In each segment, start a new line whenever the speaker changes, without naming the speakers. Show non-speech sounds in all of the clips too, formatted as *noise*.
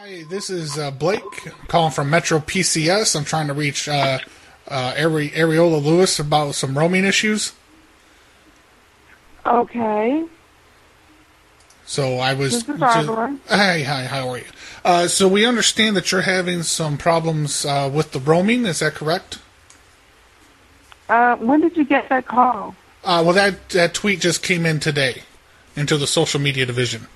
Hi, this is uh, Blake calling from Metro PCS. I'm trying to reach uh, uh, Ari- Ariola Lewis about some roaming issues.
Okay.
So I was.
This is Barbara.
Hi, hi, how are you? Uh, so we understand that you're having some problems uh, with the roaming. Is that correct?
Uh, when did you get that call?
Uh, well, that that tweet just came in today into the social media division.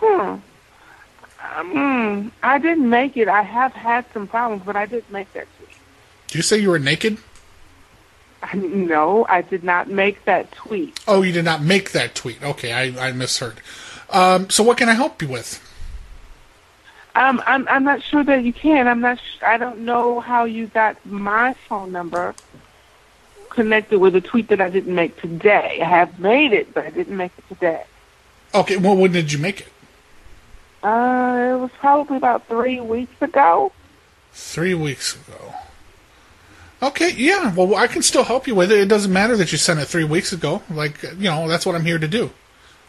Hmm. Um, I didn't make it. I have had some problems, but I didn't make that tweet.
Did you say you were naked?
I- No, I did not make that tweet.
Oh, you did not make that tweet. Okay, I, I misheard. Um, so what can I help you with?
Um, I'm I'm not sure that you can. I'm not. Sh- I don't know how you got my phone number connected with a tweet that I didn't make today. I have made it, but I didn't make it today.
Okay, well, when did you make it?
Uh, it was probably about three weeks ago.
Three weeks ago. Okay, yeah. Well, I can still help you with it. It doesn't matter that you sent it three weeks ago. Like, you know, that's what I'm here to do.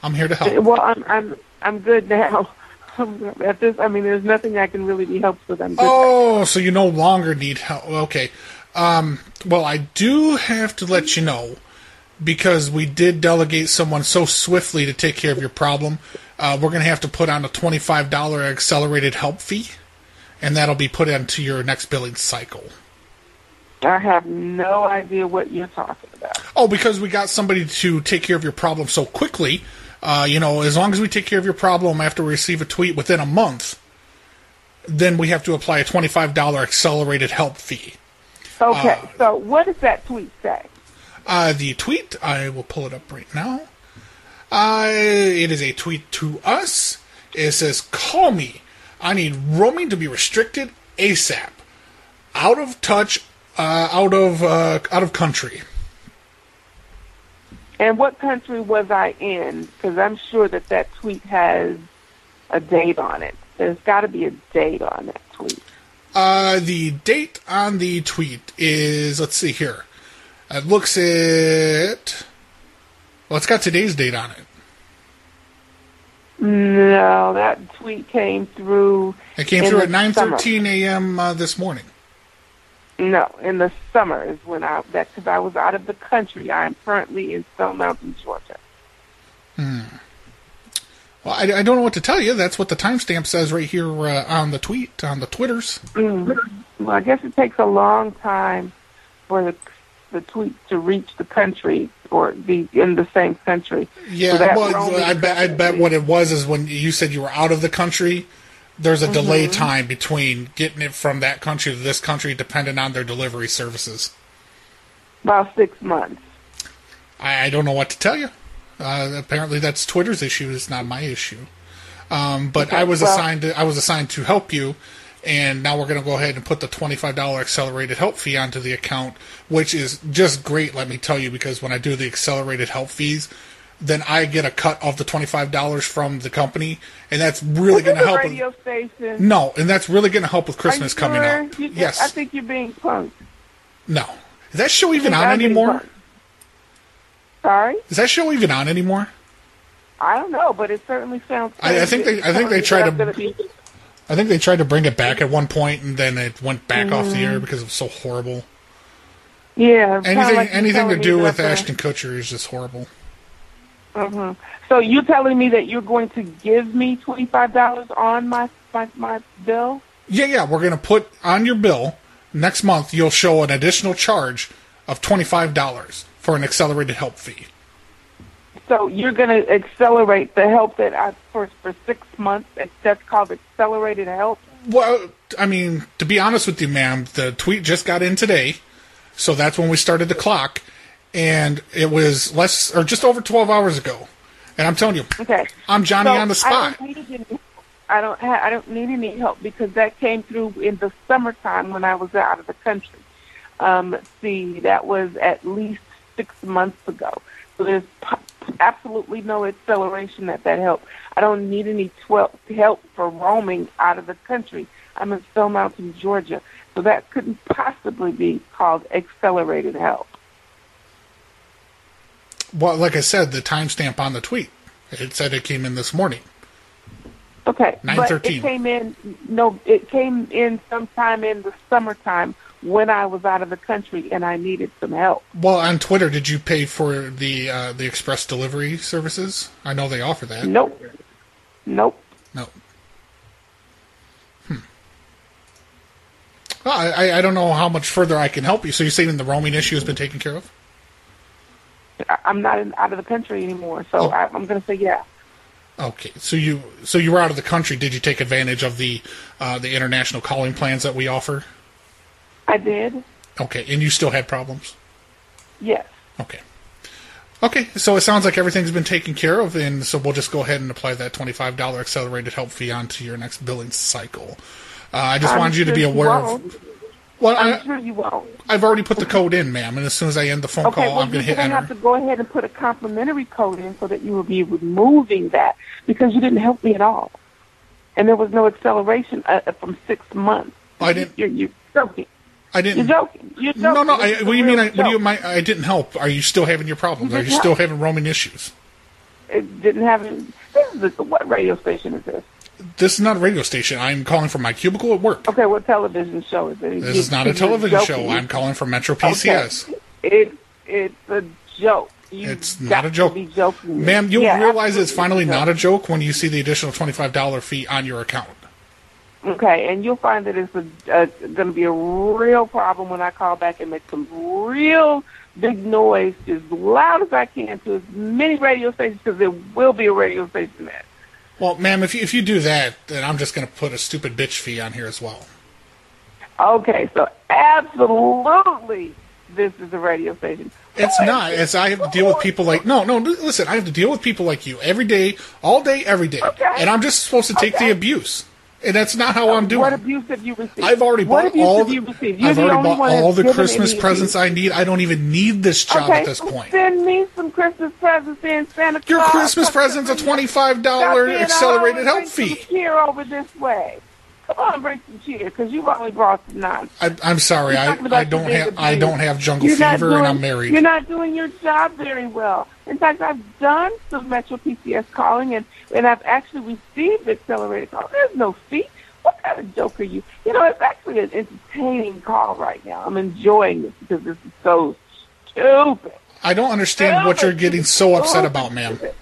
I'm here to help.
Well, I'm I'm I'm good now. *laughs* I'm good. At this, I mean, there's nothing I can really be helped with. I'm good.
Oh, so you no longer need help. Okay. Um, well, I do have to let you know because we did delegate someone so swiftly to take care of your problem. Uh, we're going to have to put on a $25 accelerated help fee, and that'll be put into your next billing cycle.
I have no idea what you're talking about.
Oh, because we got somebody to take care of your problem so quickly. Uh, you know, as long as we take care of your problem after we receive a tweet within a month, then we have to apply a $25 accelerated help fee.
Okay, so what does that tweet say?
Uh, the tweet, I will pull it up right now. Uh, it is a tweet to us. It says, Call me. I need roaming to be restricted ASAP. Out of touch, uh, out of uh, out of country.
And what country was I in? Because I'm sure that that tweet has a date on it. There's got to be a date on that tweet.
Uh, the date on the tweet is let's see here. It looks at well, it's got today's date on it.
No, that tweet came through.
It came
in
through
the
at nine
summer.
thirteen a.m. Uh, this morning.
No, in the summer is when I that because I was out of the country. I am currently in Stone Mountain, Georgia.
Well, I, I don't know what to tell you. That's what the timestamp says right here uh, on the tweet on the twitters.
Well, I guess it takes a long time for the the tweet to reach the country or be in the same country.
Yeah,
So that
well,
roaming
I bet I bet what it was is when you said you were out of the country. There's a delay
Mm-hmm.
time between getting it from that country to this country, depending on their delivery services.
about six months.
I, I don't know what to tell you. Uh, apparently, that's Twitter's issue. It's not my issue. Um, but I was
well-
assigned. To, I was assigned to help you, and now we're going to go ahead and put the twenty-five dollar accelerated help fee onto the account, which is just great. Let me tell you, because when I do the accelerated help fees, then I get a cut of the twenty-five dollars from the company, and that's really going to
This is a
help. with-
radio station.
no, and that's really going to help with
Are you
Christmas coming
sure?
up.
You think-
yes.
I think you're being punked.
no. Is that show
I
even
think
on
I'm being
anymore?
punked. Sorry,
Is that show even on anymore?
I don't know, but it certainly sounds.
I- I think
crazy.
they- I think they tried to-
I'm gonna be-
I think they tried to bring it back at one point, and then it went back off
Mm-hmm.
the air because it was so horrible.
Yeah, it's kinda
Anything,
like you
anything to
telling
do
me
with
that, uh,
Ashton Kutcher is just horrible.
mhm. So you're telling me that you're going to give me twenty five dollars on my, my my bill?
Yeah, yeah, we're gonna put on your bill next month. You'll show an additional charge of twenty five dollars for an accelerated help fee.
So you're going to accelerate the help that I for for six months. and That's called accelerated help.
Well, I mean, to be honest with you, ma'am, the tweet just got in today, so that's when we started the clock, and it was less or just over twelve hours ago. And I'm telling you,
Okay.
I'm Johnny
So
on the spot.
I don't need any, I don't, ha- I don't need any help because that came through in the summertime when I was out of the country. Um, let's see, that was at least six months ago. So there's p- absolutely no acceleration at that help. I don't need any 12 help for roaming out of the country. I'm in Stone Mountain, Georgia. So that couldn't possibly be called accelerated help.
Well, like I said, the timestamp on the tweet. It said it came in this morning.
Okay, but it
9/13.
came in no, it came in sometime in the summertime when I was out of the country and I needed some help.
Well, on Twitter, did you pay for the uh, the express delivery services? I know they offer that.
Nope, nope.
No. Hmm. Well, I, I- I don't know how much further I can help you. So you're saying the roaming issue has been taken care of?
I- I'm not in, out of the country anymore, so
Oh.
I, I'm going to say yeah.
Okay. So you so you were out of the country. Did you take advantage of the uh, the international calling plans that we offer?
I did.
Okay, and you still had problems.
Yes.
Okay. Okay, so it sounds like everything's been taken care of, and so we'll just go ahead and apply that twenty-five dollar accelerated help fee onto your next billing cycle. Uh, I just
I'm
wanted you to
sure
be
Um, you
aware
won't. um,
of. Well,
I'm
I,
sure you won't.
I've already put the code in, ma'am, and as soon as I end the phone
Okay,
call,
well,
I'm going
you're
to hit
gonna
enter.
have to go ahead and put a complimentary code in so that you will be removing that because you didn't help me at all, and there was no acceleration uh, uh, from six months.
I didn't-
You're, you're joking.
I
You're
didn't.
joking. You're joking.
No, no.
This
I,
is a
what do you
real
mean? I, what do you?
joke.
My, I didn't help. Are you still having your problems? Are you still having roaming issues?
It didn't have. any- This is a, what radio station is this?
This is not a radio station. I'm calling from my cubicle at work.
Okay, what television show is it?
This is not a
You're
television show.
joking.
I'm calling from Metro
Okay.
PCS.
It it's a joke. You
It's
got
not a
to
joke.
be joking.
Ma'am, you'll
Yeah,
realize it's finally
absolutely a joke.
not a joke when you see the additional $25 fee on your account.
Okay, and you'll find that it's a, uh, going to be a real problem when I call back and make some real big noise, as loud as I can, to as many radio stations because there will be a radio station there.
Well, ma'am, if you, if you do that, then I'm just going to put a stupid bitch fee on here as well.
Okay, so absolutely, this is a radio station.
It's not. It's I have to deal with people like no, no. li- Listen, I have to deal with people like you every day, all day, every day,
Okay.
and I'm just supposed to take
Okay.
the abuse, and that's not how I'm doing.
What
it.
abuse have you received?
I've already
what
bought
abuse
all
have
the,
you received? You're
I've
the
already
only
bought
one
all
that's
the
given
Christmas
any-
presents I need. I don't even need this job
okay,
at this
well,
point.
Send me some Christmas presents then Santa
Your
Claus.
Christmas
Come
present's a
to me.
twenty-five
Stop
dollar
being
accelerated help
always bring some
fee.
Cheer over this way. Come on, bring some cheer because you've only brought some nonsense.
I, I'm sorry,
You're
I,
talking about
I don't
the
have
big
I
abuse.
don't have jungle
not
fever, and
doing-
I'm married.
You're not doing your job very well. In fact, I've done some Metro PCS calling and, and I've actually received accelerated call. There's no fee. What kind of joke are you? You know, it's actually an entertaining call right now. I'm enjoying this because this is so stupid.
I don't understand
Stupid,
what you're getting
stupid,
so upset
stupid,
about, ma'am.
stupid.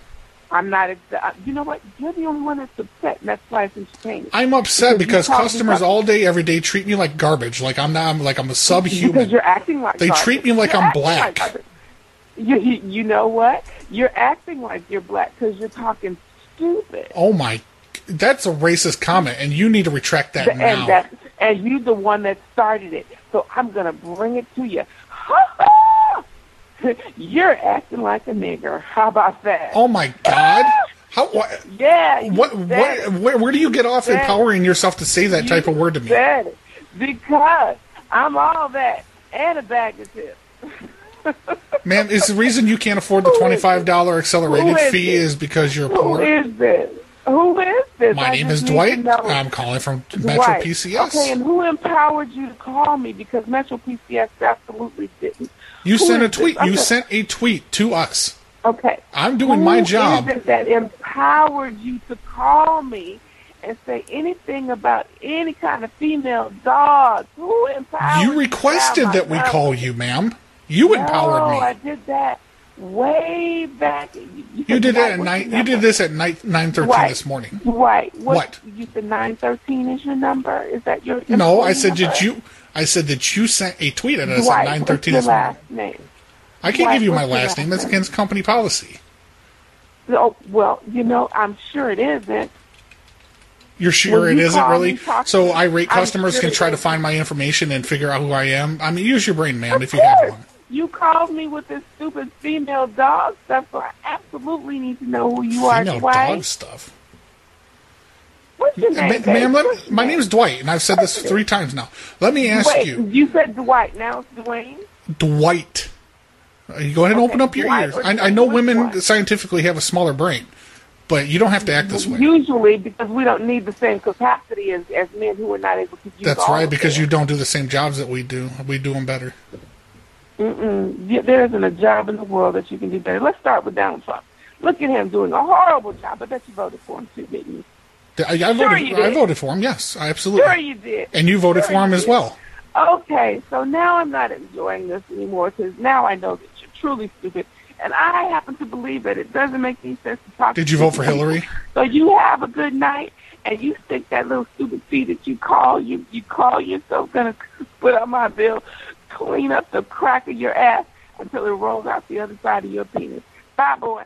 I'm not. ex- uh, You know what? You're the only one that's upset, and that's why it's entertaining.
I'm upset because
Because you call-
customers
you call-
all day, every day treat me like garbage. Like I'm not. I'm like I'm a
Because
subhuman.
you're acting like
They
garbage.
treat me like
You're
I'm
acting
black.
garbage. you, you, you know what? You're acting like you're black because you're talking stupid.
Oh my, that's a racist comment, and you need to retract that
The-
now.
and that, and you the one that started it. So I'm gonna bring it to you. *laughs* you're acting like a nigger. How about that?
oh my god, how what
yeah. you
what,
said
what
it.
where, where do you get off
Said it.
empowering yourself to say that type of word to me?
Said it. Because I'm all that and a bag of tips.
Ma'am, is the reason you can't afford the
Who is
twenty-five dollar accelerated
Who is
fee
it?
is because you're
Who
poor.
is this? Who is this?
My
I
name is
just need to
Dwight.
know.
I'm calling from Metro
Dwight.
PCS.
Okay, and who empowered you to call me? Because Metro PCS absolutely didn't.
you
who
sent a
is this?
tweet. You
Okay.
sent a tweet to us.
Okay.
I'm doing
Who
my job.
is it that empowered you to call me and say anything about any kind of female dogs? Who empowered
You requested that we call you, ma'am. You empowered
No, I
me.
did that way back. You,
You
said
did
that
it at
was
nine.
your
You did
number.
this at nine nine thirteen
Right.
this morning.
Right.
What?
You said nine thirteen is your number. Is that your?
No, I
employee
said
number?
did you? I said that you sent a tweet at us
Dwight,
at nine thirteen
what's
this
your
morning.
last name?
I can't
Dwight,
give you my
what's your
last name.
last
That's
name?
against company policy.
Oh well, you know, I'm sure it isn't.
You're sure
Will
it
you
isn't
call
really?
me, talk to
So
me?
I rate
I'm
customers
sure
can
it
try to
isn't.
find my information and figure out who I am. I mean, use your brain, ma'am, if
Of
you have
course.
one.
You called me with this stupid female dog stuff, so I absolutely need to know who you are.
Female
Dwight.
dog stuff.
What's your name,
Ma-
babe?
ma'am,
What's
let,
your
my name's Dwight, and I've said this three times now. Let me ask
Wait,
you,
said Dwight. Now it's Dwayne.
Dwight. Uh, You go ahead and open up your
Dwight
ears.
or
I, I know
Dwight,
women
Dwight.
scientifically have a smaller brain, but you don't have to act this way.
Usually, because we don't need the same capacity as, as men who are not able to use.
That's
all
right,
of
because
it.
you don't do the same jobs that we do. We do them better.
Mm-mm. Y- There isn't a job in the world that you can do better. Let's start with Donald Trump. Look at him doing a horrible job. I bet you voted for him too, didn't you?
I, I
Sure
voted.
you
I
did.
voted for him. Yes, I absolutely.
Sure, you did.
and you voted
sure
for him
you
as
did.
well.
Okay, so now I'm not enjoying this anymore because now I know that you're truly stupid. And I happen to believe that it doesn't make any sense to talk
Did
to
you vote for
people.
Hillary?
So you have a good night, and you stick that little stupid fee that you call you you call yourself gonna put on my bill, clean up the crack of your ass until it rolls out the other side of your penis. Bye, boy.